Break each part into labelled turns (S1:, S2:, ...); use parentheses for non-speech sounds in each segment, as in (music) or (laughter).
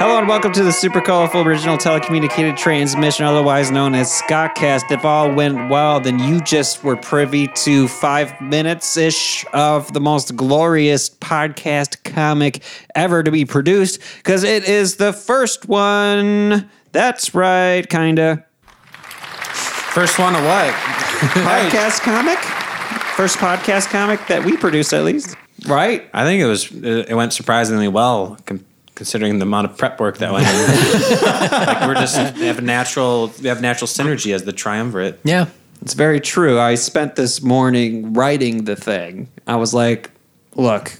S1: and welcome to the super colorful original telecommunicated transmission, otherwise known as Scottcast. If all went well, then you just were privy to five minutes ish of the most glorious podcast comic ever to be produced, because it is the first one. That's right, kinda.
S2: First one of what?
S1: Podcast comic? First podcast comic that we produce, at least. Right?
S2: I think it was. It went surprisingly well, con- considering the amount of prep work that went. in. (laughs) like we're just we have a natural we have natural synergy as the triumvirate.
S3: Yeah.
S1: It's very true. I spent this morning writing the thing. I was like, look,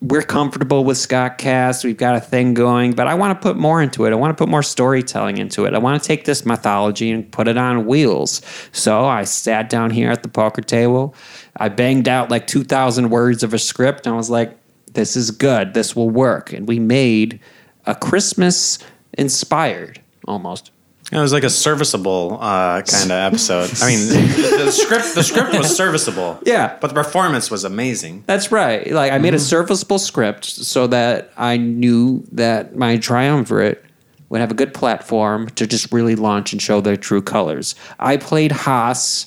S1: we're comfortable with Scott Cast. We've got a thing going, but I want to put more into it. I want to put more storytelling into it. I want to take this mythology and put it on wheels. So I sat down here at the poker table. I banged out like 2,000 words of a script. And I was like, this is good. This will work. And we made a Christmas inspired almost.
S2: It was like a serviceable uh, kind of episode. I mean, (laughs) the, the script the script was serviceable.
S1: Yeah.
S2: but the performance was amazing.
S1: That's right. Like I made a serviceable script so that I knew that my triumvirate would have a good platform to just really launch and show their true colors. I played Haas,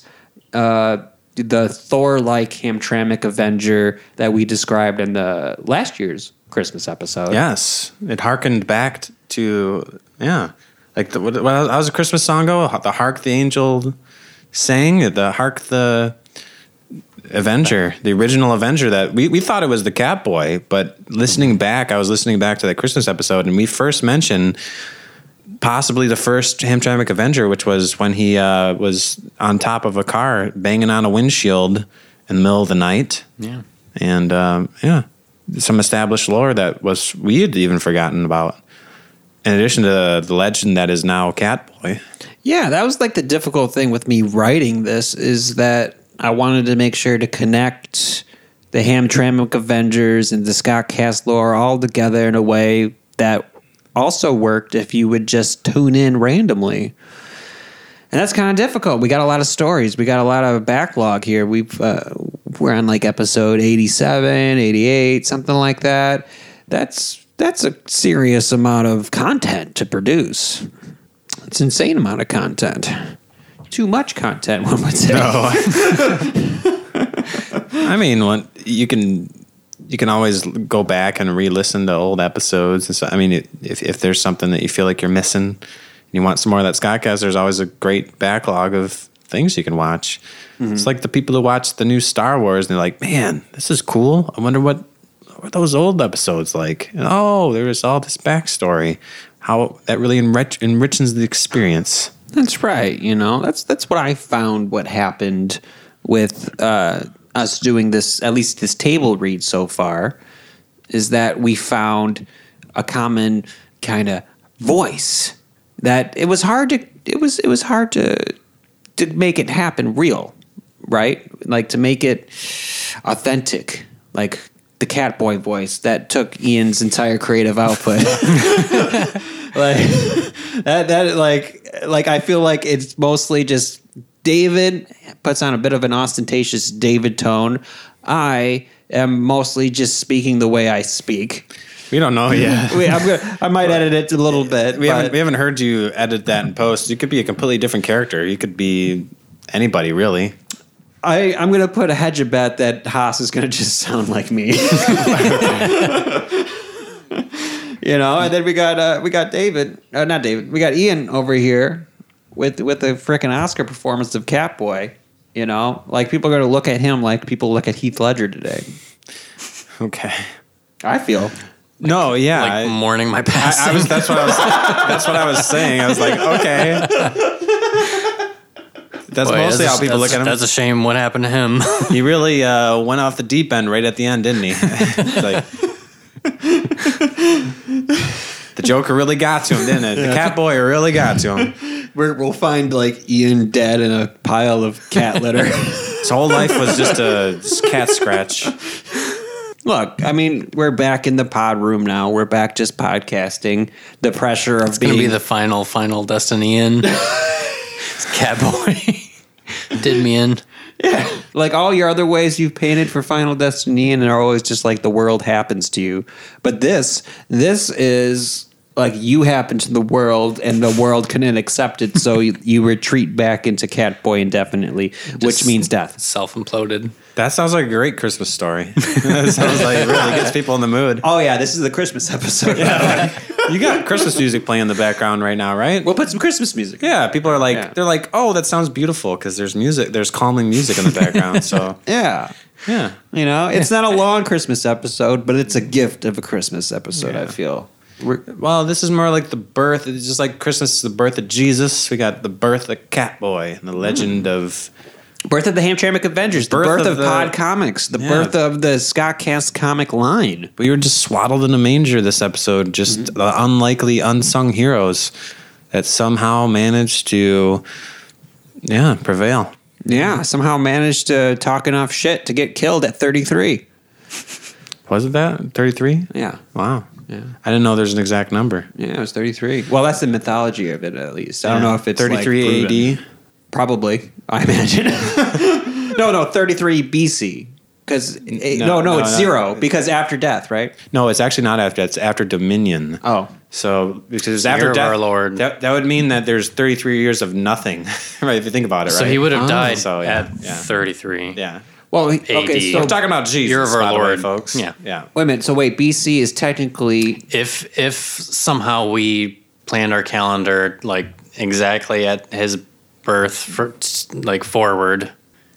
S1: uh, the Thor-like Hamtramck Avenger that we described in the last year's Christmas episode.
S2: Yes, it harkened back t- to yeah, like the what, what, how's the Christmas song go? The hark the angel sang. The hark the Avenger, the original Avenger that we, we thought it was the Catboy, but listening back, I was listening back to that Christmas episode, and we first mentioned possibly the first Hamtramck Avenger, which was when he uh, was on top of a car banging on a windshield in the middle of the night.
S3: Yeah.
S2: And um, yeah, some established lore that was we had even forgotten about. In addition to the legend that is now Catboy.
S1: Yeah, that was like the difficult thing with me writing this is that I wanted to make sure to connect the Hamtramck Avengers and the Scott Cast lore all together in a way that also worked if you would just tune in randomly. And that's kind of difficult. We got a lot of stories. We got a lot of backlog here. We've uh, we're on like episode 87, 88, something like that. That's that's a serious amount of content to produce. It's an insane amount of content. Too much content, (laughs) one would say.
S2: I mean, when, you can you can always go back and re-listen to old episodes. And so, I mean, it, if if there's something that you feel like you're missing, and you want some more of that Scottcast, there's always a great backlog of things you can watch. It's like the people who watch the new Star Wars and they're like, "Man, this is cool. I wonder what." what Were those old episodes like? And, oh, there was all this backstory. How that really enrich, enriches the experience.
S1: That's right. You know, that's that's what I found. What happened with uh, us doing this, at least this table read so far, is that we found a common kind of voice that it was hard to it was it was hard to to make it happen real, right? Like to make it authentic, like the Catboy voice that took Ian's entire creative output. (laughs) like that that like like I feel like it's mostly just David puts on a bit of an ostentatious David tone. I am mostly just speaking the way I speak.
S2: We don't know yet.
S1: Wait, I'm gonna, I might edit it a little bit.
S2: we haven't
S1: but
S2: we haven't heard you edit that in post. You could be a completely different character. You could be anybody really.
S1: I, I'm gonna put a hedge a bet that Haas is gonna (laughs) just sound like me. (laughs) you know, and then we got uh, we got David, uh, not David, we got Ian over here with with the freaking Oscar performance of Catboy. You know, like people are gonna look at him like people look at Heath Ledger today.
S2: Okay.
S1: I feel.
S2: No, yeah.
S3: Like
S2: I-
S3: mourning my
S2: I,
S3: past. (laughs)
S2: I was that's what I was that's what I was saying. I was like, okay. That's mostly how people look at him.
S3: That's a shame. What happened to him? (laughs)
S2: he really uh, went off the deep end right at the end, didn't he? (laughs) It's like the Joker really got to him, didn't it? The Cat Boy really got to him.
S1: We're, we'll find like Ian dead in a pile of (laughs) cat litter.
S2: His whole life was just a cat scratch.
S1: Look, I mean, we're back in the pod room now. We're back just podcasting. The pressure of
S3: Gonna
S1: being
S3: be the final, final destiny
S2: (laughs)
S3: in. Catboy (laughs) did me in.
S1: (laughs) like all your other ways you've painted for Final Destiny and are always just like the world happens to you. But this, this is like you happen to the world and the world couldn't accept it, so you, you retreat back into Catboy indefinitely, which
S3: Just-
S1: means death.
S3: Self imploded.
S2: That sounds like a great Christmas story. (laughs) that sounds like it really gets people in the mood.
S1: Oh yeah, this is the Christmas episode.
S2: You got Christmas music playing in the background right now,
S1: (laughs)
S2: right?
S1: We'll put some Christmas music.
S2: yeah, people are like,
S1: Yeah.
S2: they're like, oh, that sounds beautiful because there's music, there's calming music in the background. So,
S1: Yeah.
S2: (laughs) yeah.
S1: You know, it's not a long Christmas episode, but it's a gift of a Christmas episode, I
S2: Yeah.
S1: feel.
S2: Well, this is more like the birth. It's just like Christmas is the birth of Jesus. We got the birth of Catboy and the legend of.
S1: Birth of the Hamtramck Avengers, the birth,
S2: Birth
S1: of,
S2: of the-
S1: Pod Comics, the
S2: Yeah.
S1: birth of the Scott Cast comic line.
S2: We were just swaddled in a manger this episode, just the unlikely, unsung heroes that somehow managed to, yeah, prevail.
S1: Yeah, somehow managed to talk enough shit to get killed at 33.
S2: Was it that? 33?
S1: Yeah.
S2: Wow.
S1: Yeah.
S2: I didn't know there's an exact number.
S1: Yeah, it was 33. Well, that's the mythology of it, at least. I don't know if it's like,
S2: 33
S1: proven.
S2: AD.
S1: Probably, I imagine. (laughs) no, no, 33 BC. Because, no, no,
S2: No, no,
S1: it's
S2: no.
S1: zero, because after death, right?
S2: No, it's actually not after. It's after Dominion.
S1: Oh.
S2: So because it's after
S3: Year of
S2: death,
S3: our Lord.
S2: That, that would mean that there's 33 years of nothing, (laughs) right? If you think about it,
S3: So
S2: right?
S3: he would have
S1: Oh.
S3: died
S2: So, yeah,
S3: at
S2: yeah.
S3: 33.
S2: Yeah.
S1: Well, he-
S3: AD.
S1: okay, so
S2: We're talking about Jesus,
S3: Year of our
S2: by the way,
S3: Lord.
S2: folks.
S3: Yeah.
S2: yeah.
S1: wait a minute. So wait, BC is technically
S3: If if somehow we planned our calendar like exactly at his birth, for, like forward,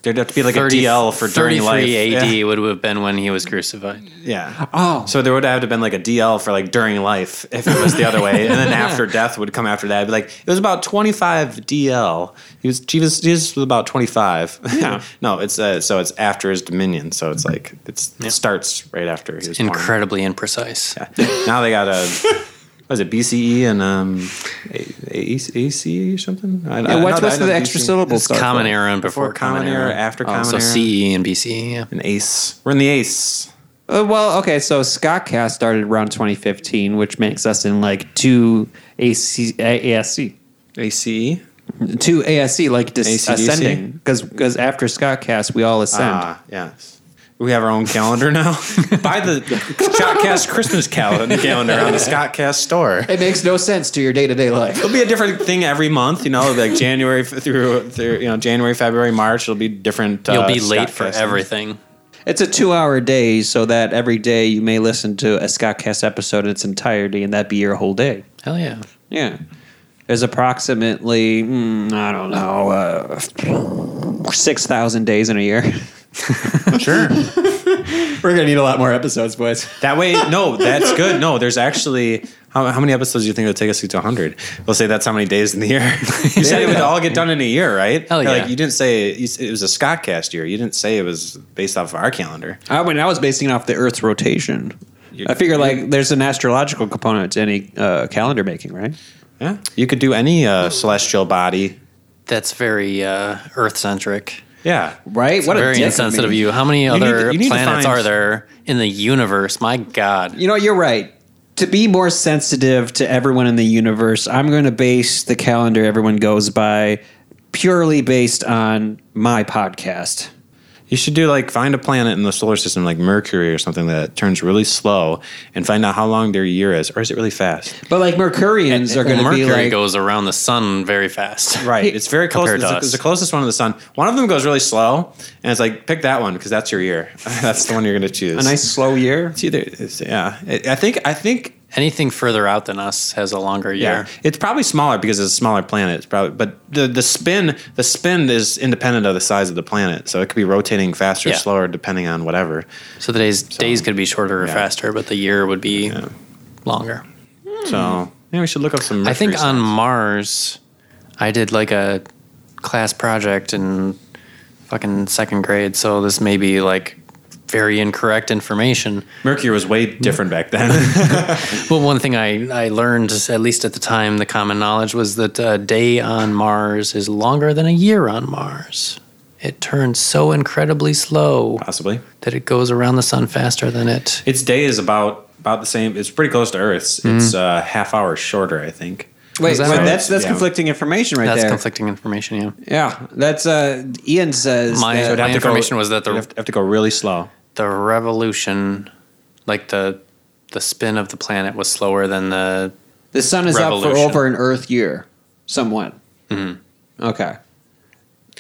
S2: There'd have to be like a
S3: 30
S2: DL for during
S3: 33
S2: life.
S3: AD
S2: Yeah.
S3: would have been when he was crucified.
S2: yeah.
S1: oh,
S2: So there would have to been like a DL for like during life if it was the other way, and then after death would come after that. It'd be like it was about twenty five DL. He was Jesus. Jesus was about twenty five.
S1: Yeah.
S2: (laughs) no, it's uh, so it's after his dominion. So it's like it's, it starts right after he was born.
S3: Incredibly Oh, imprecise.
S2: (laughs) Now they got a. Was it BCE and um, A- E, A- AC or something? I,
S1: Yeah, what's- what's the extra syllable
S2: syllables?
S1: start
S3: Common
S1: for?
S3: era and
S2: E. Before
S3: before, common era,
S2: after
S3: Oh,
S2: common
S3: so
S2: era.
S3: CE and BCE. Yeah.
S2: An ace. We're in the ace.
S1: Uh, well, okay, so Scott Cast started around 2015, which makes us in like two AC, A- ASC.
S2: ACE.
S1: Two ASC, like dis-
S2: ACDC?
S1: ascending. Because after Scott Cast, we all ascend.
S2: Ah, yes. We have our own calendar now. (laughs) Buy the Scottcast Christmas calendar, calendar on the Scottcast store.
S1: it makes no sense to your day to day life.
S2: It'll be a different thing every month, you know, it'll be like January f- through, through you know January, February, March. It'll be different.
S3: You'll
S2: uh,
S3: be late for
S2: Scottcast.
S3: everything.
S1: (laughs) It's a two hour day, so that every day you may listen to a Scott Cast episode in its entirety, and that be your whole day.
S3: Hell yeah.
S1: Yeah. There's approximately, mm, I don't know, uh, 6,000 days in a year.
S2: Sure.
S1: We're going to need a lot more episodes, boys.
S2: That way, no, that's good. No, there's actually how, how many episodes do you think it'll take us to get to 100? We'll say that's how many days in the
S3: (laughs)
S2: year. you said it would all get done in a year, right?
S3: Hell
S2: Like
S3: yeah.
S2: you didn't say you s- it was a Scottcast year. You didn't say it was based off of our calendar.
S1: I mean, I was basing it off the Earth's rotation.
S2: You-
S1: I figure like there's an astrological component to any uh, calendar making, right?
S2: Yeah, you could do any uh, celestial body.
S3: That's very uh, Earth centric.
S2: Yeah,
S1: Right? What
S3: Very
S1: dick
S3: insensitive of
S1: me.
S3: you. How many
S2: need to-
S3: other
S2: you need to
S3: planets
S2: find-
S3: are there in the universe? My God.
S1: You know, you're right. To be more sensitive to everyone in the universe, I'm going to base the calendar everyone goes by purely based on my podcast.
S2: you should do like find a planet in the solar system, like Mercury or something that turns really slow, and find out how long their year is, or is it really fast?
S1: But like Mercurians are going to be
S3: Eh, Mercury
S1: like
S3: goes around the sun very fast.
S2: Right, it's very close.
S3: Compared
S2: It's
S3: to
S2: the,
S3: us.
S2: it's the closest one to the sun. One of them goes really slow, and it's like pick that one because that's your year. (laughs) that's the one you're going to choose.
S1: a nice slow
S3: (laughs)
S1: year.
S2: It's either it's, yeah. I I think I think
S3: Anything further out than us has a longer
S2: yeah.
S3: year.
S2: It's probably smaller because it's a smaller planet. It's probably but the the spin the spin is independent of the size of the planet, so it could be rotating faster,
S3: Yeah.
S2: slower depending on whatever.
S3: So the days days could be shorter or
S2: yeah.
S3: faster, but the year would be longer.
S2: So yeah, we should look up some.
S3: I think
S2: Mercury
S3: on
S2: signs.
S3: Mars, I did like a class project in fucking second grade. So this may be like very incorrect information.
S2: Mercury was way different back then. (laughs)
S3: But one thing I, I learned, at least at the time, the common knowledge was that a day on Mars is longer than a year on Mars. It turns so incredibly slow
S2: Possibly,
S3: that it goes around the sun faster than it.
S2: its day is about about the same. It's pretty close to Earth's. It's uh, half hour shorter, I think.
S1: Wait,
S3: Is that
S1: wait,
S3: right?
S1: that's that's
S2: Yeah.
S1: conflicting information right
S3: That's
S1: there.
S3: conflicting information, yeah.
S1: Yeah, that's uh, Ian says.
S3: My-
S1: that-
S3: my
S2: have to go-
S3: information was that the
S2: You have to, have to go really slow.
S3: the revolution, like the the spin of the planet was slower than the
S1: The sun is up for
S3: Revolution.
S1: over an Earth year, somewhat. Okay.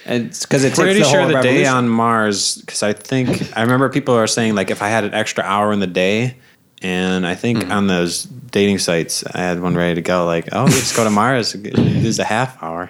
S1: And it's because it
S2: Mm-hmm. Pretty
S1: takes the
S2: sure
S1: whole
S2: the day
S1: revolution.
S2: on Mars, because I think I remember people are saying like if I had an extra hour in the day, and I think on those dating sites I had one ready to go. Like, oh, we just go to Mars. (laughs) There's a half hour.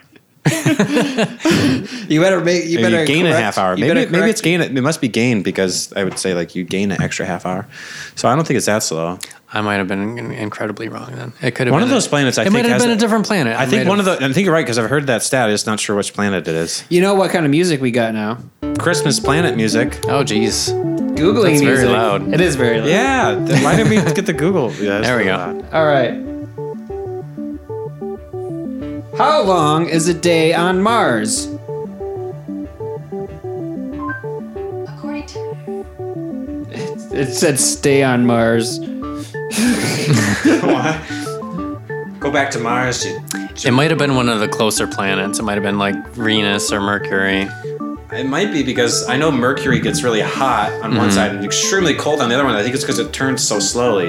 S1: You better make. You
S2: Maybe
S1: better
S2: you gain
S1: correct-
S2: a half hour.
S1: you
S2: Maybe
S1: better
S2: maybe it's
S1: correct-
S2: gain. It must be gain because I would say like you gain an extra half hour. So I don't think it's that slow.
S3: I might have been in- incredibly wrong then. It could have
S2: One of
S3: been a-
S2: those planets, I
S3: it might
S2: think,
S3: have
S2: has
S3: been
S2: a-
S3: a different planet.
S2: I
S3: It
S2: think
S3: might
S2: one of
S3: have-
S2: the. I think you're right because I've heard that stat. I'm just not sure which planet it is.
S1: You know what kind of music we got now?
S2: Christmas planet music.
S3: Oh geez.
S1: Googling
S3: That's very
S1: music.
S3: loud.
S1: It is very loud.
S2: Yeah. th- Why didn't we get the (laughs) Google? Yeah, it's
S3: There we
S2: really
S3: go.
S2: loud.
S1: All right. How long is a day on Mars?
S4: According to
S1: It said stay on Mars.
S2: Go back to Mars. you-
S3: It might have been one of the closer planets. It might have been like Venus or Mercury.
S2: It might be because I know Mercury gets really hot on one side and extremely cold on the other one. I think it's because it turns so slowly.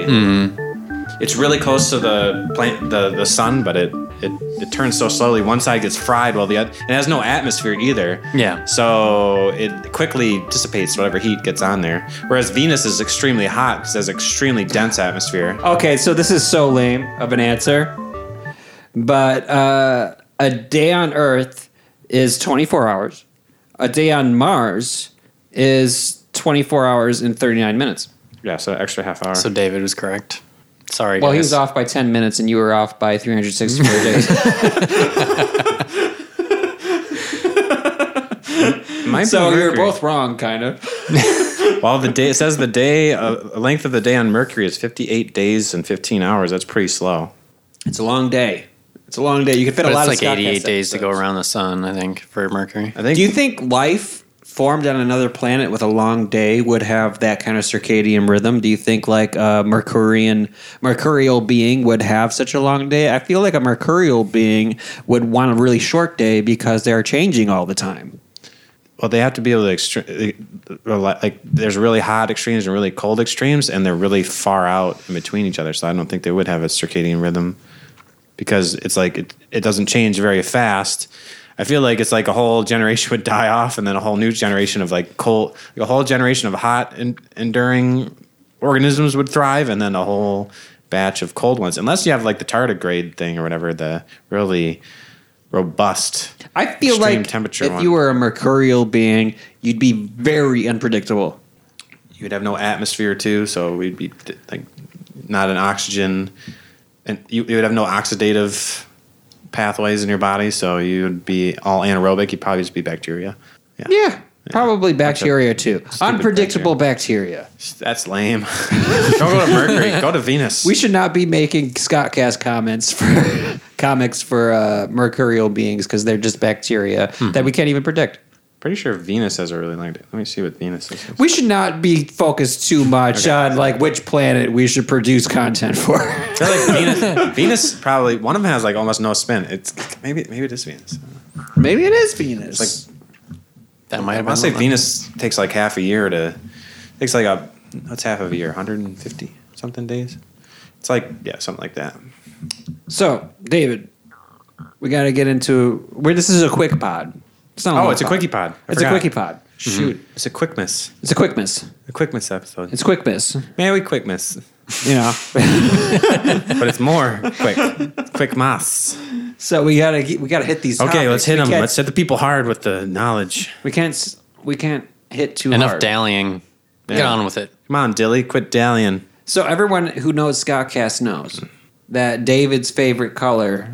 S2: It's really close to the plant, the, the sun, but it, it it turns so slowly. One side gets fried while the other it has no atmosphere either.
S3: Yeah.
S2: So it quickly dissipates whatever heat gets on there. Whereas Venus is extremely hot because it has extremely dense atmosphere.
S1: Okay, so this is so lame of an answer. But uh, a day on Earth is 24 hours. A day on Mars is 24 hours and 39 minutes.
S2: Yeah, so extra half hour.
S3: So David was correct. Sorry.
S1: Well,
S3: guys.
S1: he was off by 10 minutes and you were off by 364
S3: (laughs)
S1: days.
S2: Might
S1: so
S2: be
S1: we were
S2: Mercury.
S1: both wrong, kind of.
S2: Well, the day it says the day uh, length of the day on Mercury is 58 days and 15 hours. That's pretty slow.
S1: It's a long day. It's a long day. You could fit
S3: But
S1: a lot
S3: it's
S1: of
S3: like
S1: Scottcast
S3: 88 days to go
S1: episodes.
S3: around the sun, I think, for Mercury.
S2: I think.
S1: Do you think life formed on another planet with a long day would have that kind of circadian rhythm? Do you think like a Mercurian mercurial being would have such a long day? I feel like a mercurial being would want a really short day because they're changing all the time.
S2: well, they have to be able to extre- uh, like there's really hot extremes and really cold extremes, and they're really far out in between each other. So I don't think they would have a circadian rhythm because it's like it, it doesn't change very fast. I feel like it's like a whole generation (laughs) would die off, and then a whole new generation of like cold, a whole generation of hot and enduring organisms would thrive, and then a whole batch of cold ones. Unless you have like the tardigrade thing or whatever, the really robust.
S1: I feel
S2: Extreme
S1: like
S2: temperature
S1: if
S2: one.
S1: you were a mercurial being, you'd be very unpredictable.
S2: you'd have no atmosphere too, so we'd be like not an oxygen, and you, you would have no oxidative pathways in your body, so you'd be all anaerobic. You'd probably just be bacteria. Yeah,
S1: Yeah. Probably bacteria too.
S2: stupid
S1: Unpredictable bacteria.
S2: that's lame. Don't go to Mercury. Go to Venus.
S1: We should not be making Scottcast comments for (laughs) comics for uh, mercurial beings because they're just bacteria that we can't even predict.
S2: Pretty sure Venus has a really long day. Let me see what Venus is.
S1: We should not be focused too much on like which planet we should produce content
S2: (laughs)
S1: for.
S2: I feel like
S3: (laughs)
S2: Venus. Venus probably one of them has like almost no spin. It's maybe maybe it is Venus.
S1: Maybe it is Venus.
S2: It's like
S3: That might
S2: I
S3: have
S2: want
S3: been
S2: to say
S3: one.
S2: Venus takes like half a year to takes like a what's half of a year, 150 something days. It's like yeah, something like that.
S1: so, David, we got to get into where this is a quick pod. It's not.
S2: Oh,
S1: long
S2: it's a quickie pod. I
S1: It's
S2: forgot. Mm-hmm.
S1: a quickie pod. Shoot,
S2: It's a quick miss.
S1: it's a quick miss.
S2: A quick miss episode.
S1: It's a quick miss.
S2: Maybe quick miss,
S1: You
S2: (laughs)
S1: know.
S2: but it's more (laughs) quick. quick mass.
S1: so we gotta we gotta hit these.
S2: Okay,
S1: topics.
S2: let's hit
S1: We
S2: them.
S1: can't-
S2: Let's hit the people hard with the knowledge.
S1: We can't. s- We can't hit too
S3: Enough
S1: hard.
S3: dallying. Get
S2: Yeah.
S3: on with it.
S2: Come on, Dilly, quit dallying.
S1: So everyone who knows Scottcast knows that David's favorite color,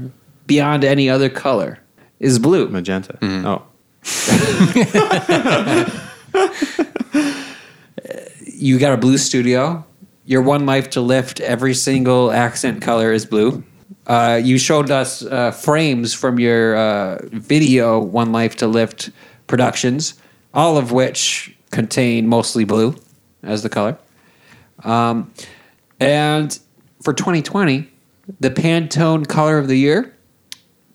S1: beyond any other color, is blue.
S2: Magenta. Oh,
S1: You got a blue studio. Your one life to lift. Every single accent color is blue. Uh, you showed us uh, frames from your uh, video "One Life to Lift" productions, all of which contain mostly blue as the color. Um, and for 2020, the Pantone color of the year,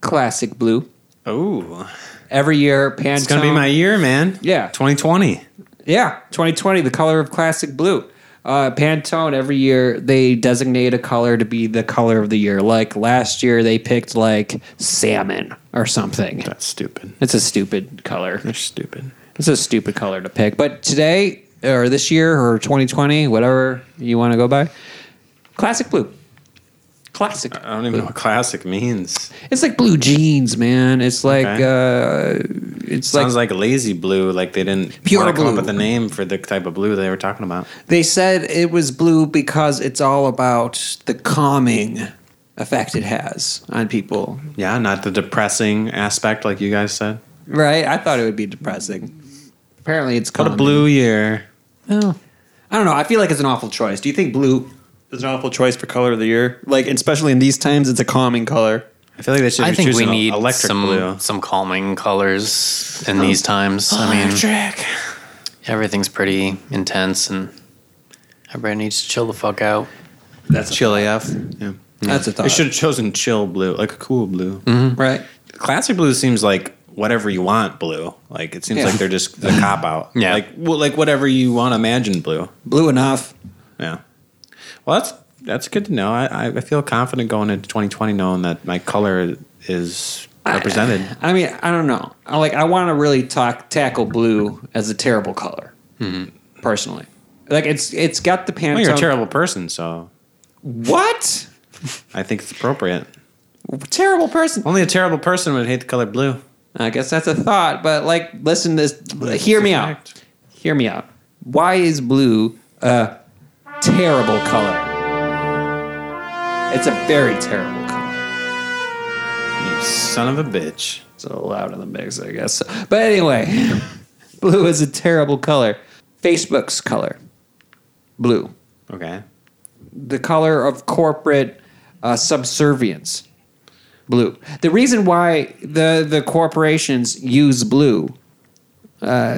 S1: classic blue.
S2: oh,
S1: Every year, Pantone.
S2: it's gonna be my year, man.
S1: Yeah.
S2: 2020.
S1: yeah 2020, the color of classic blue. Uh, Pantone every year they designate a color to be the color of the year. Like last year they picked like salmon or something.
S2: That's stupid.
S1: It's a stupid color.
S2: They're stupid.
S1: It's a stupid color to pick. But today, or this year, or 2020, whatever you want to go by, classic blue. Classic.
S2: I don't even know what classic means.
S1: It's like blue jeans, man. It's like
S2: Okay.
S1: uh, it's like,
S2: Sounds like lazy blue. Like they didn't
S1: Pure
S2: wanna come
S1: blue.
S2: up with a name for the type of blue they were talking about.
S1: they said it was blue because it's all about the calming effect it has on people.
S2: Yeah, not the depressing aspect like you guys said.
S1: Right? I thought it would be depressing. Apparently, it's
S2: What
S1: called
S2: a blue year.
S1: Oh. I don't know. I feel like it's an awful choice. Do you think blue is an awful choice for color of the year? Like, especially in these times, it's a calming color.
S2: I feel like they should
S3: I
S2: be
S3: think we
S2: choosing
S3: need
S2: electric Oh.
S3: some
S2: blue.
S3: some calming colors in these times. I mean,
S2: Electric.
S3: everything's pretty intense, and everybody needs to chill the fuck out.
S1: That's
S2: Chill AF. Yeah.
S1: That's a
S2: They
S1: thought. Mm-hmm.
S2: should have chosen chill blue, like a cool blue.
S1: right?
S2: Classic blue seems like whatever you want blue. Like it seems
S1: Yeah.
S2: like they're just the cop out.
S3: Yeah.
S2: Like well, like whatever you want to imagine blue.
S1: Blue enough.
S2: Yeah. Well, that's that's good to know. I, I feel confident going into 2020 knowing that my color is
S1: (laughs)
S2: represented.
S1: I mean, I don't know. I like. I want to really talk tackle blue as a terrible color,
S2: Mm-hmm.
S1: personally. Like it's it's got the Pantone.
S2: well, you're a terrible person, so
S1: What?
S2: I think it's appropriate.
S1: Terrible person.
S2: Only a terrible person would hate the color blue.
S1: I guess that's a thought, but like, listen to this. Hear me out.
S2: Fact.
S1: Hear me out. Why is blue a terrible color? It's a very terrible color.
S2: You son of a bitch.
S1: It's a little loud in the mix, I guess. But anyway, (laughs) blue is a terrible color. Facebook's color, blue,
S2: Okay.
S1: the color of corporate uh, subservience, blue. The reason why the the corporations use blue uh,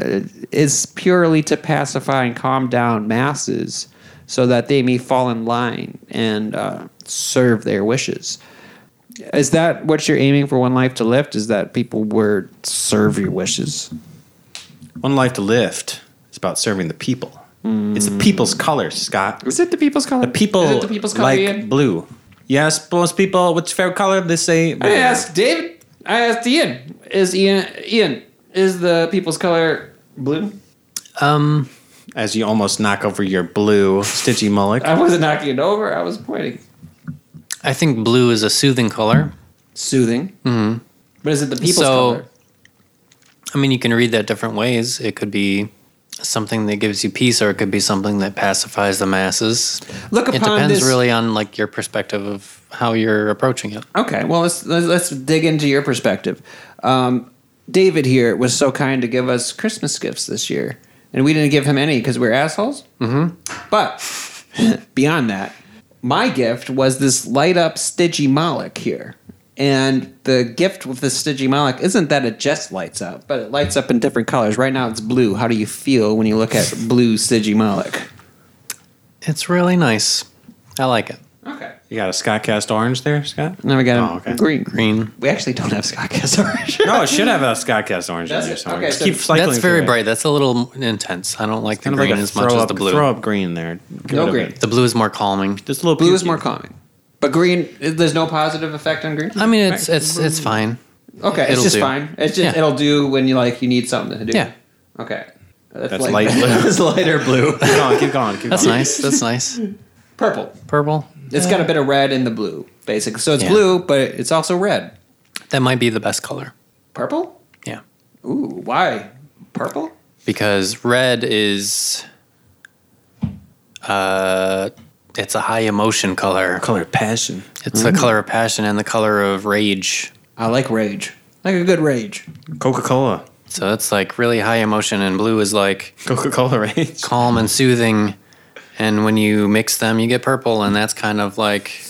S1: is purely to pacify and calm down masses, so that they may fall in line and uh, serve their wishes is that what you're aiming for one life to lift is that people were serve your wishes
S2: One life to lift. It's about serving the people. It's the people's color, Scott.
S1: is it the people's color
S2: The people,
S1: is it the people's color
S2: like
S1: Ian?
S2: blue. Yes, most people. What's your favorite color? They say.
S1: i
S2: blue.
S1: asked david i asked ian is ian ian is the people's color blue
S3: Um,
S2: As you almost knock over your blue Stitchy Mullock.
S1: i wasn't knocking it over i was pointing
S3: I think blue is a soothing color.
S1: soothing mm-hmm. but is it the people's
S3: So-
S1: color
S3: I mean, you can read that different ways. It could be something that gives you peace, or it could be something that pacifies the masses.
S1: look upon
S3: it depends
S1: this
S3: really on like your perspective of how you're approaching it.
S1: Okay, well let's let's, let's dig into your perspective. Um, David here was so kind to give us Christmas gifts this year, and we didn't give him any because we're assholes. Mm-hmm. But (laughs) beyond that, my gift was this light up Styggy Moloch here, and the gift with the Styggy Moloch isn't that it just lights up, but it lights up in different colors. Right now, it's blue. How do you feel when you look at blue Styggy Moloch?
S3: It's really nice. I like it.
S1: Okay.
S2: You got a Scott cast orange there, Scott?
S1: Now we got
S2: Oh, okay.
S1: green.
S3: Green.
S1: We actually don't have Scott Kessler. (laughs)
S2: No, it should have a Scott cast orange in
S1: That's
S2: there
S1: it.
S2: somewhere.
S1: Okay,
S2: Just
S1: so-
S2: keep cycling.
S3: That's very
S2: through it.
S3: bright. That's a little intense. I don't like the
S2: Kind of
S3: green
S2: like a
S3: as much
S2: throw
S3: as
S2: up,
S3: the blue.
S2: Throw up green there. Get
S1: No
S2: rid of
S1: green.
S2: it.
S3: The blue is more calming.
S2: Just a little
S1: Blue is
S2: puke.
S1: more calming, but green. There's no positive effect on green.
S3: I mean, it's it's it's fine.
S1: Okay, it's
S3: Uh, it'll
S1: just
S3: do.
S1: fine. It's just
S3: Yeah.
S1: it'll do when you like you need something to do.
S3: Yeah.
S1: Okay.
S2: That's light blue.
S1: (laughs) That's lighter blue.
S2: Keep going, keep going, keep
S3: That's
S2: going.
S3: nice. That's nice.
S1: Purple.
S3: Purple.
S1: It's got a bit of red in the blue, basically. So it's
S3: Yeah.
S1: blue, but it's also red.
S3: That might be the best color.
S1: Purple.
S3: Yeah.
S1: Ooh, why? Purple.
S3: Because red is uh it's a high emotion color.
S2: Color passion.
S3: It's the color of passion and the color of rage.
S1: I like rage. I like a good rage.
S2: Coca Cola.
S3: So that's like really high emotion and blue is like
S2: Coca Cola
S1: (laughs)
S2: range.
S3: calm and soothing. And when you mix them, you get purple, and that's kind of like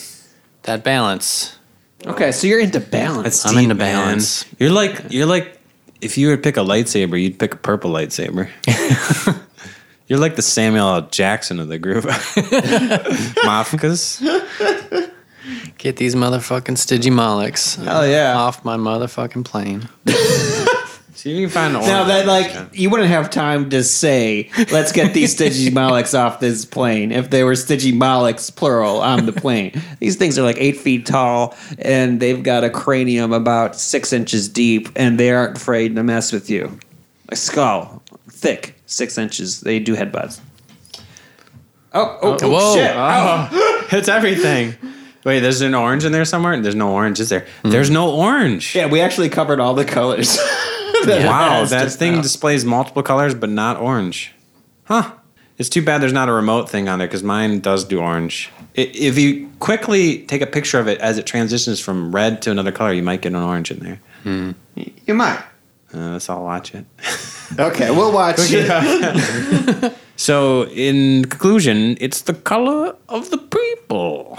S3: that balance.
S1: Okay, so you're into balance.
S3: I'm into balance.
S2: You're like you're like if you would pick a lightsaber, you'd pick a purple
S3: (laughs)
S2: lightsaber. you're like the Samuel L. Jackson of the
S3: (laughs)
S2: group. (laughs) Mafkas.
S3: Get these motherfucking Stygimolics
S1: Hell yeah.
S3: off my motherfucking plane.
S2: You can find
S1: Now
S2: orange
S1: that like
S2: ones,
S1: you wouldn't have time to say, let's get these Stygimolics off this plane if they were Stygimolics plural on the plane. these things are like eight feet tall and they've got a cranium about six inches deep and they aren't afraid to mess with you. A skull, thick, six inches. They do headbutts. Oh, oh, oh,
S3: Whoa.
S1: shit. Ow.
S2: (laughs) yeah. it's Oh. everything. Wait, there's an orange in there somewhere. There's no orange, is there? There's no orange.
S1: Hmm. Yeah, we actually covered all the colors. (laughs)
S2: Wow,
S1: That's
S2: that
S1: just
S2: thing
S1: now.
S2: displays multiple colors but not orange. Huh. It's too bad there's not a remote thing on there because mine does do orange. I- If you quickly take a picture of it as it transitions from red to another color, you might get an orange in there.
S1: You might.
S2: Uh, let's all watch it.
S1: Okay, we'll watch it.
S2: (laughs) So, in conclusion, it's the color of the people.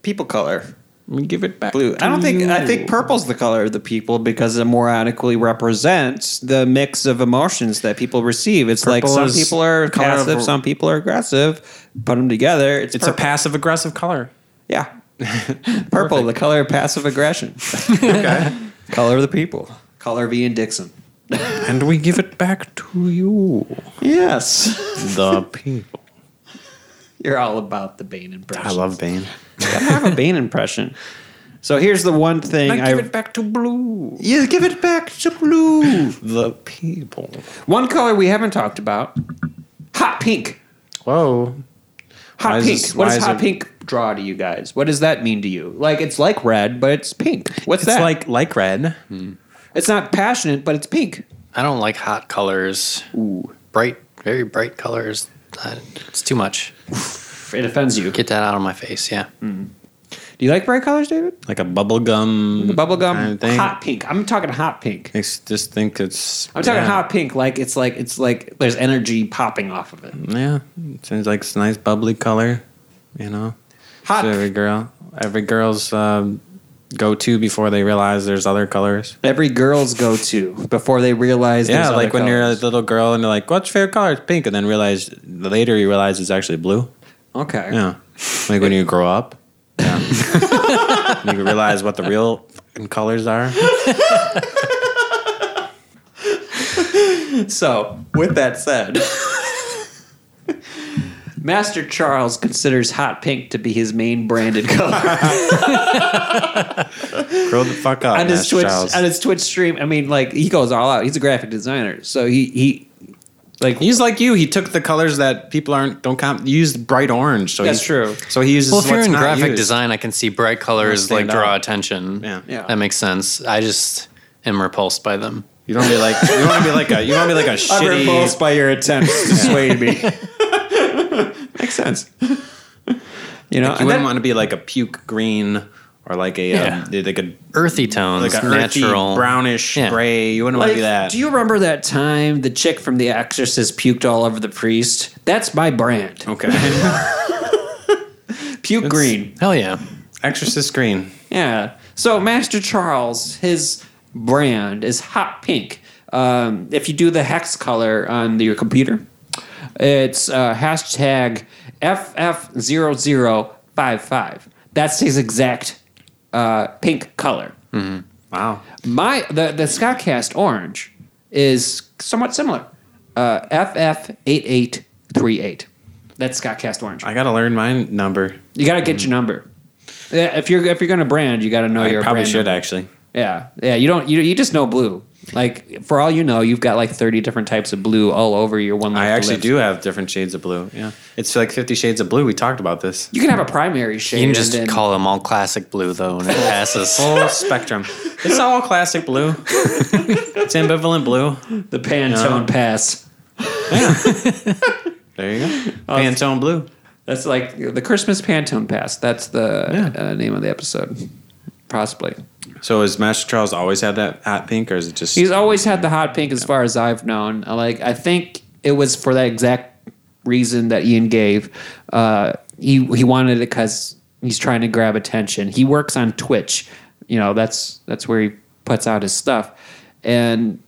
S1: People color.
S2: Let me give it back.
S1: blue. I don't
S2: to
S1: think I
S2: you.
S1: think purple's the color of the people because it more adequately represents the mix of emotions that people receive. It's like
S2: Purple
S1: some
S2: is
S1: people are
S2: color of-
S1: passive, some people are aggressive. Put them together, it's,
S2: it's a
S1: purple.
S2: passive aggressive color.
S1: yeah.
S2: (laughs)
S1: (laughs) Purple, the color of passive aggression.
S2: Okay.
S1: color of the people. Color of Ian Dixon.
S2: and we give it back to you,
S1: Yes.
S2: the (laughs) people.
S1: (laughs) You're all about the Bane impression.
S2: I love Bane.
S1: I have a Bane impression. So here's the one thing
S2: I
S1: I,
S2: give it back to blue,
S1: Yeah, give it back to blue.
S2: the people.
S1: one color we haven't talked about. Hot pink.
S2: Whoa.
S1: Hot
S2: Why is
S1: pink.
S2: this-
S1: what
S2: why
S1: does
S2: is
S1: hot
S2: it-
S1: pink draw to you guys? What does that mean to you? Like it's like red, but it's pink. What's
S2: It's
S1: that?
S2: like like red.
S1: it's not passionate, but it's pink.
S3: I don't like hot colors. Ooh. Bright, very bright colors. Uh, It's too much.
S1: It offends you.
S3: Get that out of my face. Yeah.
S1: Do you like bright colors, David?
S2: Like a bubblegum.
S1: Bubblegum
S2: kind of thing.
S1: hot pink. I'm talking hot pink.
S2: I s- just think it's.
S1: I'm talking
S2: yeah.
S1: hot pink like it's like it's like there's energy popping off of it.
S2: Yeah. Seems like it's a nice bubbly color, you know?
S1: Hot.
S2: So every girl. Every girl's um, go to before they realize there's other colors.
S1: Every girl's go to before they realize
S2: Yeah,
S1: there's
S2: like
S1: other
S2: when you're a
S1: colors.
S2: little girl and they're like, what's your favorite color? It's pink. And then realize later you realize it's actually blue.
S1: Okay.
S2: Yeah. Like when you grow up. Yeah. And (laughs) you realize what the real fucking colors are.
S1: So, with that (laughs) said, Master Charles considers hot pink to be his main branded (laughs) color.
S2: Grow the fuck up.
S1: on his
S2: Master
S1: Twitch
S2: Charles.
S1: on his Twitch stream, I mean, like he goes all out. He's a graphic designer, so he he like
S2: He's like you. He took the colors that people aren't don't comp- use bright orange. So
S1: That's
S2: he's-
S1: true.
S2: So he uses.
S3: Well, if you're
S2: what's
S3: in
S2: not
S3: graphic
S2: used.
S3: design, I can see bright colors
S2: Stand
S3: like draw
S2: out.
S3: attention.
S2: Yeah.
S1: Yeah.
S3: That makes sense. I just am repulsed by them.
S2: you don't be like you want to be like a you want to be like a (laughs) shitty.
S1: by your attempts to sway me. (laughs) Makes sense. You know,
S2: You
S1: and
S2: wouldn't
S1: then-
S2: want to be like a puke green or like a um, like a
S3: Earthy tones,
S2: Mm. like a
S3: natural.
S2: earthy brownish
S3: Yeah.
S2: gray. You wouldn't want
S1: Like,
S2: to be that.
S1: Do you remember that time the chick from The Exorcist puked all over the priest? That's my brand.
S2: okay. (laughs)
S1: Puke green.
S3: Hell yeah.
S2: Exorcist green.
S1: Yeah. So Master Charles, his brand is hot pink. Um, if you do the hex color on your computer, it's uh, hashtag FF0055. That's his exact uh, pink color.
S2: Wow.
S1: My the the Scottcast orange is somewhat similar. Uh, FF8838. That's Scottcast orange.
S2: I gotta learn my number.
S1: You got to get your number. Yeah, if you're if you're gonna brand, you got to know
S2: I
S1: your
S2: probably
S1: brand.
S2: should
S1: number.
S2: actually.
S1: Yeah, yeah. You don't. You, you just know blue. Like for all you know, you've got like thirty different types of blue all over your one.
S2: I
S1: life to
S2: actually
S1: live.
S2: do have different shades of blue. Yeah, it's like Fifty Shades of Blue. We talked about this.
S1: You can have a primary shade.
S3: You can
S1: and
S3: just
S1: then-
S3: call them all classic blue, though, and it passes.
S1: (laughs)
S2: Full spectrum. It's all classic blue. It's ambivalent blue.
S1: the Pantone pass.
S2: There you go.
S1: Oh,
S2: Pantone blue.
S1: That's like the Christmas Pantone pass. That's the
S2: Yeah.
S1: uh, name of the episode, possibly.
S2: So has Master Charles always had that hot pink, or is it just?
S1: He's always had the hot pink, as far as I've known. Like I think it was for that exact reason that Ian gave. Uh, he he wanted it because he's trying to grab attention. He works on Twitch. You know that's that's where he puts out his stuff, and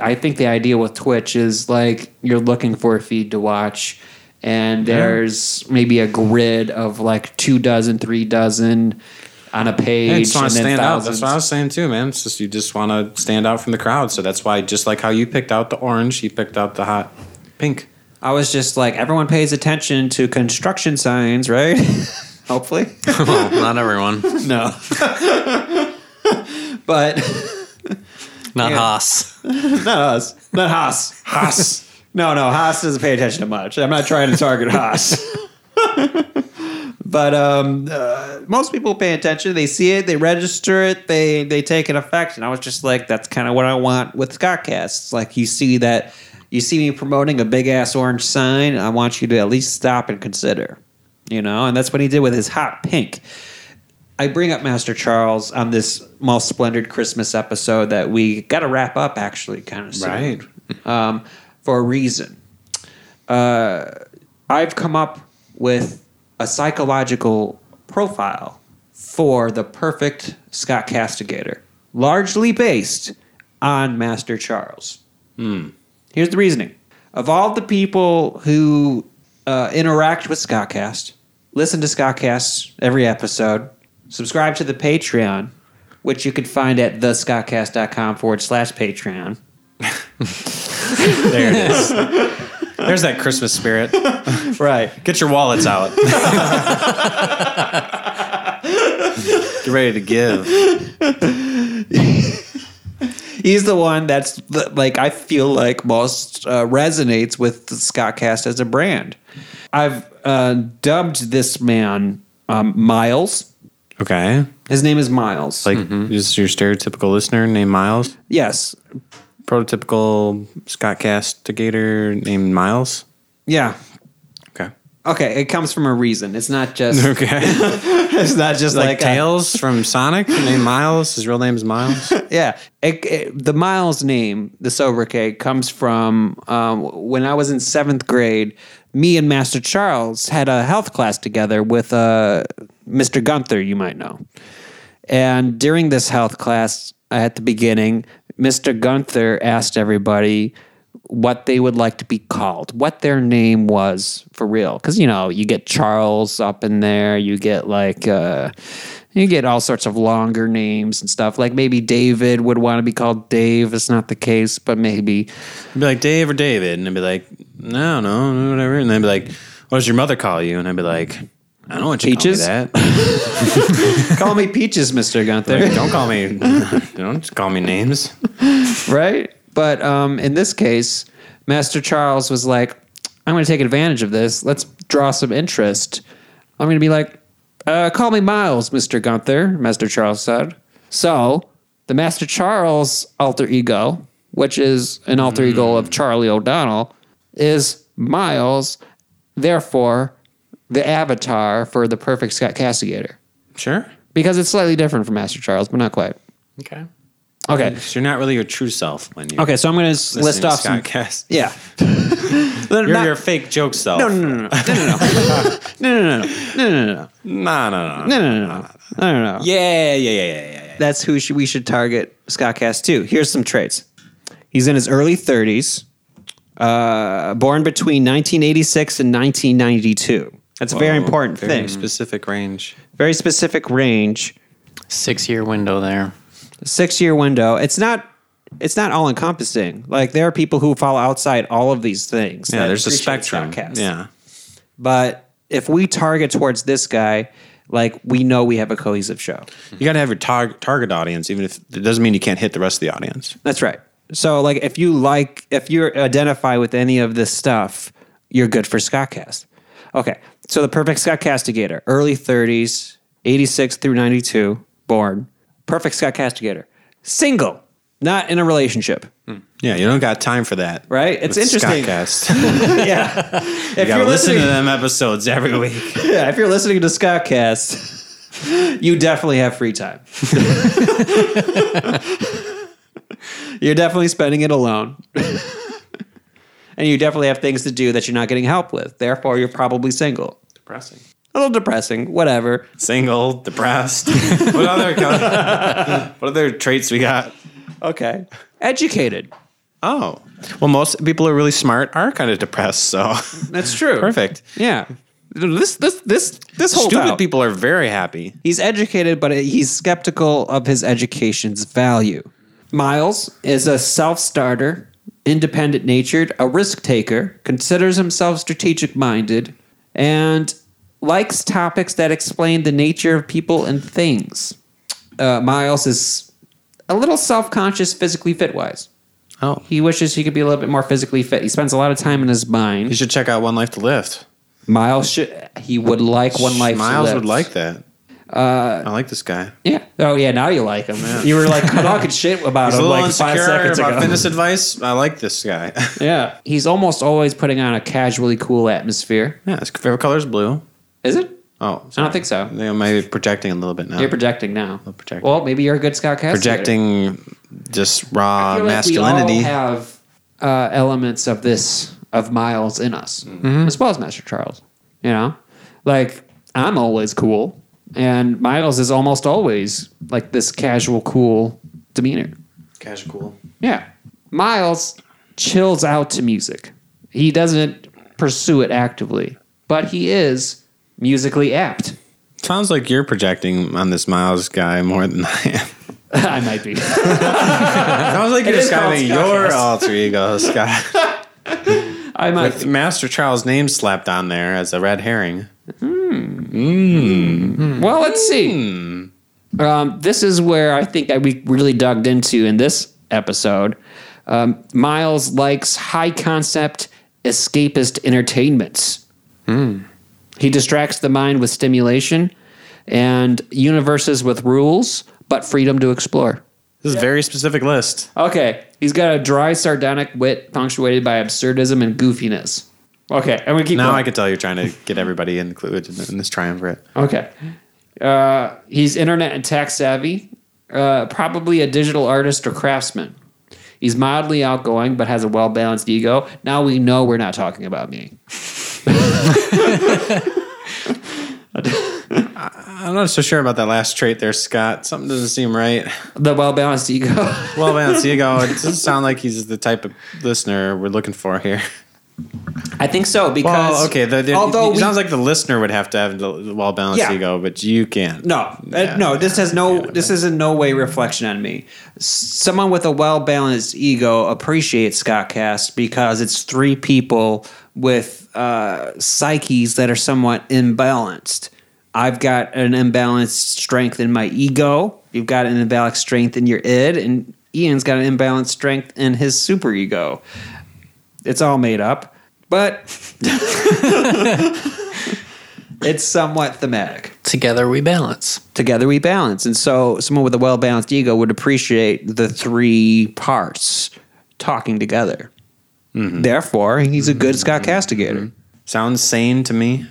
S1: I think the idea with Twitch is like you're looking for a feed to watch, and there's maybe a grid of like two dozen, three dozen on a
S2: Yeah,
S1: page
S2: you just
S1: and
S2: want to
S1: then
S2: stand out.
S1: thousands.
S2: That's what I was saying too, man. It's just you just want to stand out from the crowd. So that's why, just like how you picked out the orange, you picked out the hot pink.
S1: I was just like, everyone pays attention to construction signs, right? (laughs) Hopefully.
S3: Well, (laughs)
S2: (laughs)
S3: not everyone.
S1: no. (laughs) but
S3: Not
S1: Yeah.
S3: Haas.
S1: not us. Not Haas. Haas. (laughs) no, no, Haas doesn't pay attention to much. I'm not trying to target Haas. (laughs) but um, uh, most people pay attention. They see it, they register it, they they take an effect. And I was just like, that's kind of what I want with Scottcast. It's like you see that you see me promoting a big ass orange sign. I want you to at least stop and consider, you know. And that's what he did with his hot pink. I bring up Master Charles on this most splendid Christmas episode that we got to wrap up actually kind of soon
S2: Right.
S1: um, for a reason. Uh, I've come up with a psychological profile for the perfect Scott Castigator, largely based on Master Charles. Here's the reasoning. Of all the people who uh, interact with Scottcast, listen to Scottcast every episode, subscribe to the Patreon, which you can find at thescottcast.com forward slash Patreon.
S2: There it is. There's that Christmas spirit.
S1: Right.
S2: Get your wallets out. Get ready to give.
S1: He's the one that's the, like I feel like most uh, resonates with the Scottcast as a brand. I've uh, dubbed this man um, Miles.
S2: Okay.
S1: His name is Miles.
S2: Like just your stereotypical listener named Miles,
S1: yes,
S2: prototypical Scott Castigator named Miles.
S1: yeah.
S2: Okay.
S1: Okay, it comes from a reason. It's not just
S2: (laughs) Okay.
S1: it's not just
S2: like, uh,
S1: like, a-
S2: Tails from Sonic, named Miles. His real name is Miles.
S1: yeah, It- it- the Miles name, the sobriquet, comes from um, when I was in seventh grade. Me and Master Charles had a health class together with uh, Mr. Gunther, you might know. And during this health class at the beginning, Mr. Gunther asked everybody what they would like to be called, what their name was for real. Because, you know, you get Charles up in there, you get like, uh, you get all sorts of longer names and stuff. Like maybe David would want to be called Dave. It's not the case, but maybe.
S2: I'd be like Dave or David, and I'd be like, no, no, no, whatever. And they'd be like, what does your mother call you? And I'd be like, I don't know what you
S1: Peaches?
S2: call me that.
S1: Call me Peaches, Mr. Gunther.
S2: Like, don't
S1: (laughs)
S2: call me, don't call me names.
S1: right? But um, in this case, Master Charles was like, I'm going to take advantage of this. Let's draw some interest. I'm going to be like, uh, call me Miles, Mr. Gunther, Master Charles said. So the Master Charles alter ego, which is an alter ego of Charlie O'Donnell, is Miles, therefore the avatar for the perfect Scott Castigator.
S2: Sure.
S1: Because it's slightly different from Master Charles, but not quite.
S3: Okay.
S1: Okay.
S2: So you're not really your true self when you
S1: Okay, so I'm going to list off some.
S2: Cast.
S1: Yeah. (laughs)
S2: You're
S1: not-
S2: your fake joke self. No, no, (laughs) no, no, no, no, no, no, no, no, no, no, no,
S1: No, no,
S2: no,
S1: no, no, no, no, no.
S2: Yeah, yeah, yeah, yeah, yeah, yeah.
S1: That's who should, we should target Scottcast to. Here's some traits. He's in his early 30s, uh, born between 1986 and 1992. That's a very
S2: Whoa,
S1: important
S2: very
S1: thing.
S2: Specific range.
S1: very specific range,
S3: Six year window there.
S1: six year window. It's not. It's not all encompassing. Like there are people who fall outside all of these things.
S2: Yeah,
S1: that
S2: there's a
S1: appreciate
S2: spectrum.
S1: Scottcast.
S2: Yeah.
S1: But if we target towards this guy, like we know we have a cohesive show.
S2: You got to have your tar- target audience, even if it doesn't mean you can't hit the rest of the audience.
S1: That's right. So like if you like if you identify with any of this stuff, you're good for Scottcast. Okay. So the perfect Scott Castigator, early 30s, 86 through 92, born. Perfect Scott Castigator. Single, not in a
S2: (laughs)
S1: relationship,
S2: Yeah, you don't got time for that.
S1: right? It's
S2: With
S1: interesting. (laughs)
S2: Scottcast.
S1: yeah. if
S2: you got to listen to them episodes every week.
S1: yeah, if you're listening to Scottcast, you definitely have free time. (laughs) you're definitely spending it alone. and you definitely have things to do that you're not getting help with. Therefore, you're probably single.
S2: Depressing.
S1: A little depressing, whatever.
S2: Single, depressed. (laughs) what other (laughs) What other traits we got?
S1: Okay. Educated.
S2: Oh, well, most people who are really smart are kind of depressed. So (laughs)
S1: That's true.
S2: perfect.
S1: Yeah.
S2: This this this this
S1: holds
S2: stupid
S1: out.
S2: people are very happy.
S1: He's educated, but he's skeptical of his education's value. Miles is a self starter, independent natured, a risk taker, considers himself strategic minded, and likes topics that explain the nature of people and things. Uh, Miles is a little self conscious physically fit wise.
S3: Oh,
S1: He wishes he could be a little bit more physically fit. He spends a lot of time in his
S2: You
S1: mind.
S2: should check out One Life to Live.
S1: Miles should, he would like one life. to
S2: Miles
S1: live. Uh,
S2: would like that. I like this guy.
S1: Yeah. Oh yeah. Now you like him. You were like talking shit about
S2: He's a
S1: him
S2: little
S1: like five
S2: insecure
S1: seconds
S2: about
S1: ago.
S2: fitness advice. I like this guy.
S1: (laughs)
S2: (laughs)
S1: Yeah. He's almost always putting on a casually cool atmosphere.
S2: yeah, his favorite color is blue.
S1: Is it?
S2: Oh,
S1: I don't think so.
S2: They might be projecting a little bit now.
S1: You're projecting now.
S2: projecting.
S1: Well, maybe you're a good Scott Cassidy.
S2: projecting just raw
S1: I feel like
S2: masculinity.
S1: We all have uh, elements of this of Miles in us,
S2: Mm-hmm.
S1: as well as Master Charles. You know, like I'm always cool, and Miles is almost always like this casual, cool demeanor.
S2: Casual.
S1: Yeah. Miles chills out to music. He doesn't pursue it actively, but he is musically apt. (laughs)
S2: Sounds like you're projecting on this Miles guy more than I (laughs) am.
S1: I might be. (laughs)
S2: Sounds like you're
S1: is called
S2: describing
S1: Scott
S2: your
S1: Cast.
S2: alter ego, (laughs) Scott.
S1: I might.
S2: With Master Charles' name slapped on there as a red herring.
S1: be. Well, let's see. Um, this is where I think that we really dug into in this episode. Um, Miles likes high concept escapist entertainments. He distracts the mind with stimulation and universes with rules, but freedom to explore.
S2: This is a very specific list.
S1: Okay, he's got a dry, sardonic wit punctuated by absurdism and goofiness. Okay, I'm gonna keep
S2: Now I
S1: going.
S2: could tell you're trying to get everybody included in this triumvirate.
S1: okay, uh, he's internet and tech savvy, uh, probably a digital artist or craftsman. He's mildly outgoing, but has a well balanced ego. Now we know we're not talking about me.
S2: I'm not so sure about that last trait there, Scott. Something doesn't seem right.
S1: The well balanced ego. (laughs)
S2: Well, balanced ego. It doesn't sound like he's the type of listener we're looking for here.
S1: I think so because
S2: (laughs) Well, okay. The, the,
S1: although
S2: it
S1: we,
S2: sounds like the listener would have to have the well balanced
S1: Yeah.
S2: ego, but you can't.
S1: No, uh,
S2: Yeah.
S1: no. This has no. this is in no way reflection on me. S- Someone with a well balanced ego appreciates Scottcast because it's three people with uh, psyches that are somewhat imbalanced. I've got an imbalanced strength in my ego. You've got an imbalanced strength in your id, and Ian's got an imbalanced strength in his superego. It's all made up, but (laughs) it's somewhat thematic
S3: together we balance.
S1: together we balance. And so someone with a well balanced ego would appreciate the three parts talking together. Therefore, he's a good Scott Castigator.
S2: Sounds sane to me.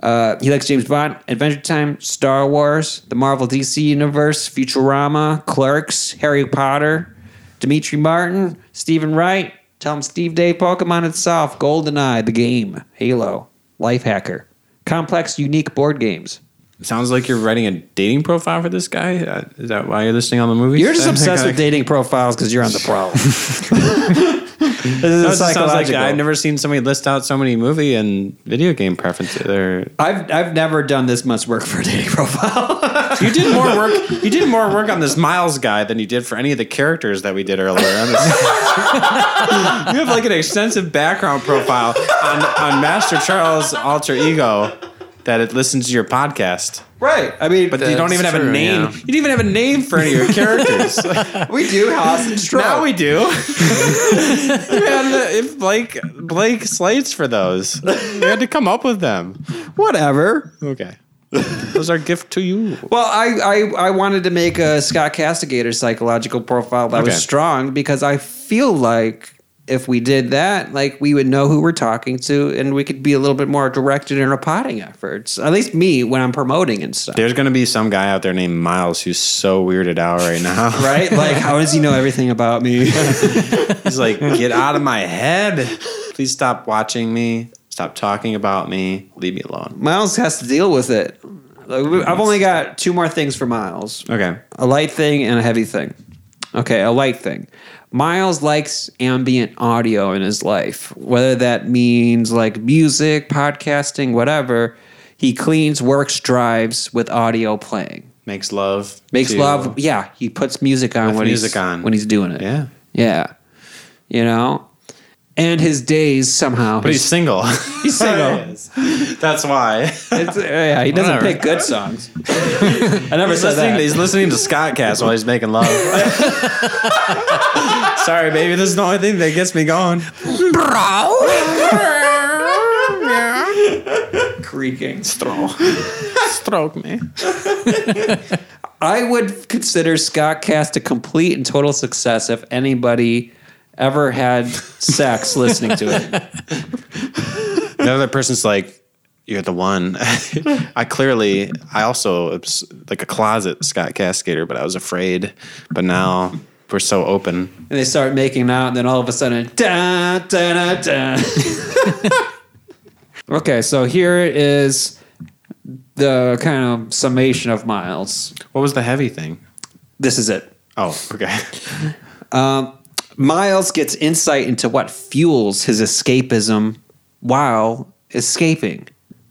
S1: Uh, he likes James Bond, Adventure Time, Star Wars, the Marvel DC Universe, Futurama, Clerks, Harry Potter, Dimitri Martin, Stephen Wright, Tell him Steve Dave, Pokemon itself, GoldenEye, the game, Halo, Lifehacker, complex, unique board games.
S2: Sounds like you're writing a dating profile for this guy. Uh, Is that why you're listening on the movies?
S1: You're just obsessed
S2: (laughs)
S1: with dating profiles because you're on the problem. (laughs) this is
S2: No, it just sounds like
S1: psychological.
S2: I've never seen somebody list out so many movie and video game preferences. Or
S1: I've I've never done this much work for a dating (laughs) profile.
S2: (laughs) you did more work. You did more work on this Miles guy than you did for any of the characters that we did earlier. on this- (laughs) you have like an extensive background profile on, on Master Charles' alter ego that it listens to your podcast,
S1: right. I mean,
S2: but you don't
S3: That's
S2: even have a
S3: true,
S2: name.
S3: yeah.
S2: You don't even have a name for any (laughs) of your characters.
S1: we do (laughs) hostage
S2: Now we (laughs) do. we had to, if Blake Blake slates for those, we had to come up with them.
S1: Whatever.
S2: Okay, those are gift to you.
S1: Well, I, I I wanted to make a Scott Castigator psychological profile that
S2: Okay.
S1: was strong because I feel like if we did that, like we would know who we're talking to, and we could be a little bit more directed in our potting efforts. At least me when I'm promoting and stuff.
S2: There's gonna be some guy out there named Miles who's so weirded out right now. (laughs)
S1: Right? Like, how does he know everything about (laughs) me?
S2: He's like, get out of my head. Please stop watching me. Stop talking about me. Leave me alone.
S1: Miles has to deal with it. Like, we- I've only got two more things for Miles
S2: Okay.
S1: a light thing and a heavy thing. Okay, a light thing. Miles likes ambient audio in his life, whether that means like music, podcasting, whatever. He cleans, works, drives with audio playing.
S2: Makes love.
S1: Makes
S2: to-
S1: love. Yeah, he puts music on
S2: With
S1: when
S2: music
S1: he's
S2: on.
S1: when he's doing it.
S2: Yeah.
S1: yeah, you know. And his days somehow.
S2: But (laughs) he's single.
S1: He's single.
S2: That's why.
S1: It's- yeah, he doesn't
S2: Whatever.
S1: pick good songs. I never
S2: He's
S1: said
S2: listening,
S1: that.
S2: he's listening to Scott Cast while he's making love. (laughs) Sorry, baby. This is the only thing that gets me going.
S1: (laughs) creaking.
S2: Stroke me.
S1: I would consider Scott Cast a complete and total success if anybody ever had sex listening to it.
S2: The other person's like, "You're the one." (laughs) I clearly, I also was like a closet Scott Cascader, but I was afraid. But now we're so open.
S1: And they start making out, and then all of a sudden, da da da da. (laughs) okay, so here is the kind of summation of Miles.
S2: What was the heavy thing?
S1: This is it.
S2: Oh, (laughs) okay.
S1: Miles gets insight into what fuels his escapism while escaping.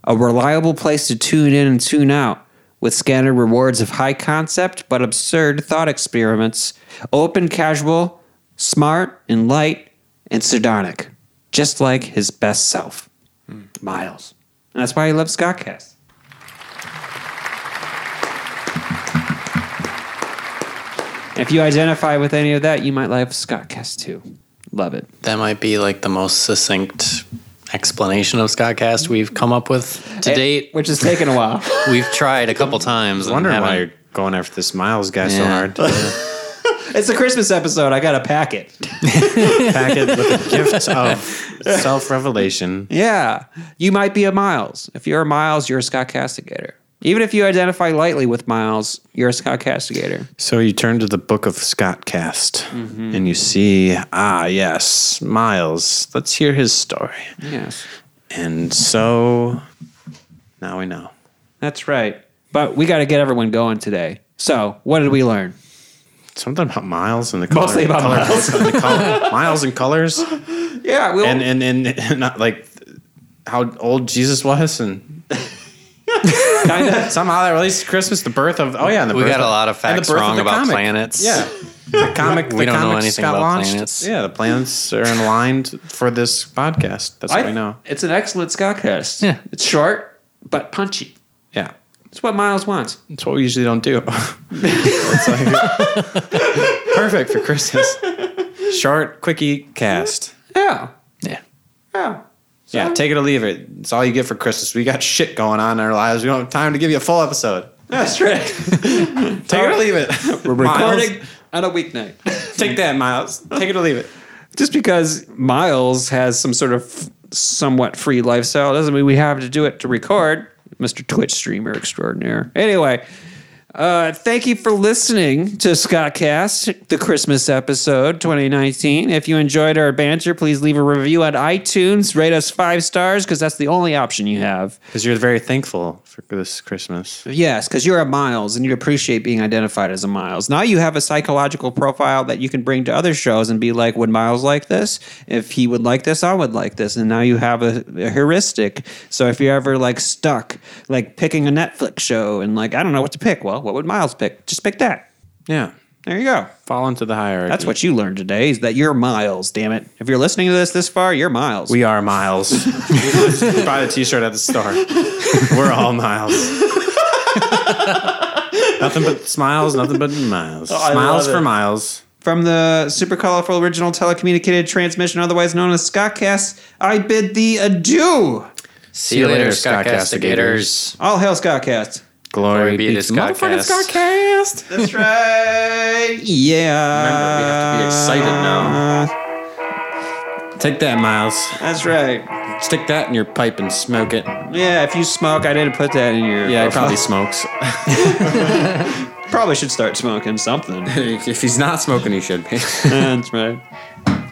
S1: A reliable place to tune in and tune out with scattered rewards of high concept but absurd thought experiments, open, casual, smart, and light, and sardonic, just like his best self, Miles. And that's why he loves Scottcast. If you identify with any of that, you might love Scottcast too. Love it.
S3: That might be like the most succinct explanation of Scottcast we've come up with to date.
S1: which has taken a while.
S3: We've tried a couple times.
S2: I
S3: and
S2: wonder why
S3: haven't-
S2: you're going after this Miles guy so
S3: Yeah.
S2: hard.
S1: It's a Christmas episode. I got a packet.
S2: Packet (laughs) with a gift of self revelation.
S1: Yeah. You might be a Miles. If you're a Miles, you're a Scott Castigator. Even if you identify lightly with Miles, you're a Scott Castigator.
S2: So you turn to the book of Scott Cast
S1: Mm-hmm.
S2: and you see, ah, yes, Miles. Let's hear his story.
S1: Yes.
S2: And so now we know.
S1: That's right. But we got to get everyone going today. So, what did we learn?
S2: Something about Miles and the color.
S1: Mostly about
S2: color-
S1: Miles.
S2: (laughs) the color- Miles and colors.
S1: Yeah. We'll,
S2: And, and, and, and not like how old Jesus was.
S1: (laughs)
S2: And
S1: kind of.
S2: somehow that relates to Christmas, the birth of, oh, yeah. And the
S3: We
S2: birth
S3: got a lot of
S2: and the
S3: facts
S2: birth
S3: wrong
S2: the
S3: about
S2: comic.
S3: planets.
S2: Yeah. The comic,
S3: We
S2: the
S3: don't know
S2: comic
S3: anything
S2: got
S3: about
S2: launched.
S3: planets.
S2: Yeah, the planets are in aligned for this podcast. That's what we know.
S1: It's an excellent Scottcast.
S3: Yeah.
S1: It's short, but punchy.
S2: Yeah.
S1: It's what Miles wants.
S2: That's what we usually don't do. It's like- (laughs) perfect for Christmas. Short, quickie cast.
S1: Yeah.
S3: Yeah.
S1: Yeah.
S2: Yeah, take it or leave it. It's all you get for Christmas. We got shit going on in our lives. We don't have time to give you a full episode.
S1: That's right.
S2: Take it or leave it. (laughs)
S1: We're
S2: Miles.
S1: recording on a weeknight. (laughs)
S2: Take that, Miles. Take it or leave it.
S1: just because Miles has some sort of f- somewhat free lifestyle doesn't mean we have to do it to record. Mr. Twitch streamer extraordinaire. Anyway, uh, thank you for listening to Scottcast, the Christmas episode 2019. If you enjoyed our banter, please leave a review on iTunes, rate us five stars, because that's the only option you have.
S2: Because you're very thankful for this Christmas.
S1: Yes, because you're a Miles and you appreciate being identified as a Miles. Now you have a psychological profile that you can bring to other shows and be like, would Miles like this? If he would like this, I would like this. And now you have a, a heuristic. So if you're ever like stuck, like picking a Netflix show and like, I don't know what to pick, well, what would Miles pick? Just pick that.
S2: Yeah.
S1: There you go.
S2: Fall into the hierarchy.
S1: That's what you learned today is that you're Miles, damn it. If you're listening to this this far, you're Miles.
S2: we are Miles. (laughs) Buy the t-shirt at the store. We're all Miles. nothing but smiles, nothing but miles.
S1: love
S2: smiles for
S1: it.
S2: miles.
S1: From the super colorful original telecommunicated transmission, otherwise known as Scottcast, I bid thee adieu.
S3: See you later, Scottcastigators.
S1: All hail Scottcast.
S2: Glory,
S3: Glory
S2: be,
S3: be to
S2: to motherfucking
S3: Scottcast.
S2: Scottcast.
S1: That's right. Yeah.
S2: Remember, we have to be excited now. Take that, Miles.
S1: That's right.
S2: Stick that in your pipe and smoke it.
S1: Yeah, if you smoke, I didn't put that in your.
S2: Yeah, he
S1: profile.
S2: probably smokes. (laughs)
S1: probably should start smoking something. (laughs)
S2: if he's not smoking, he should be.
S1: That's right.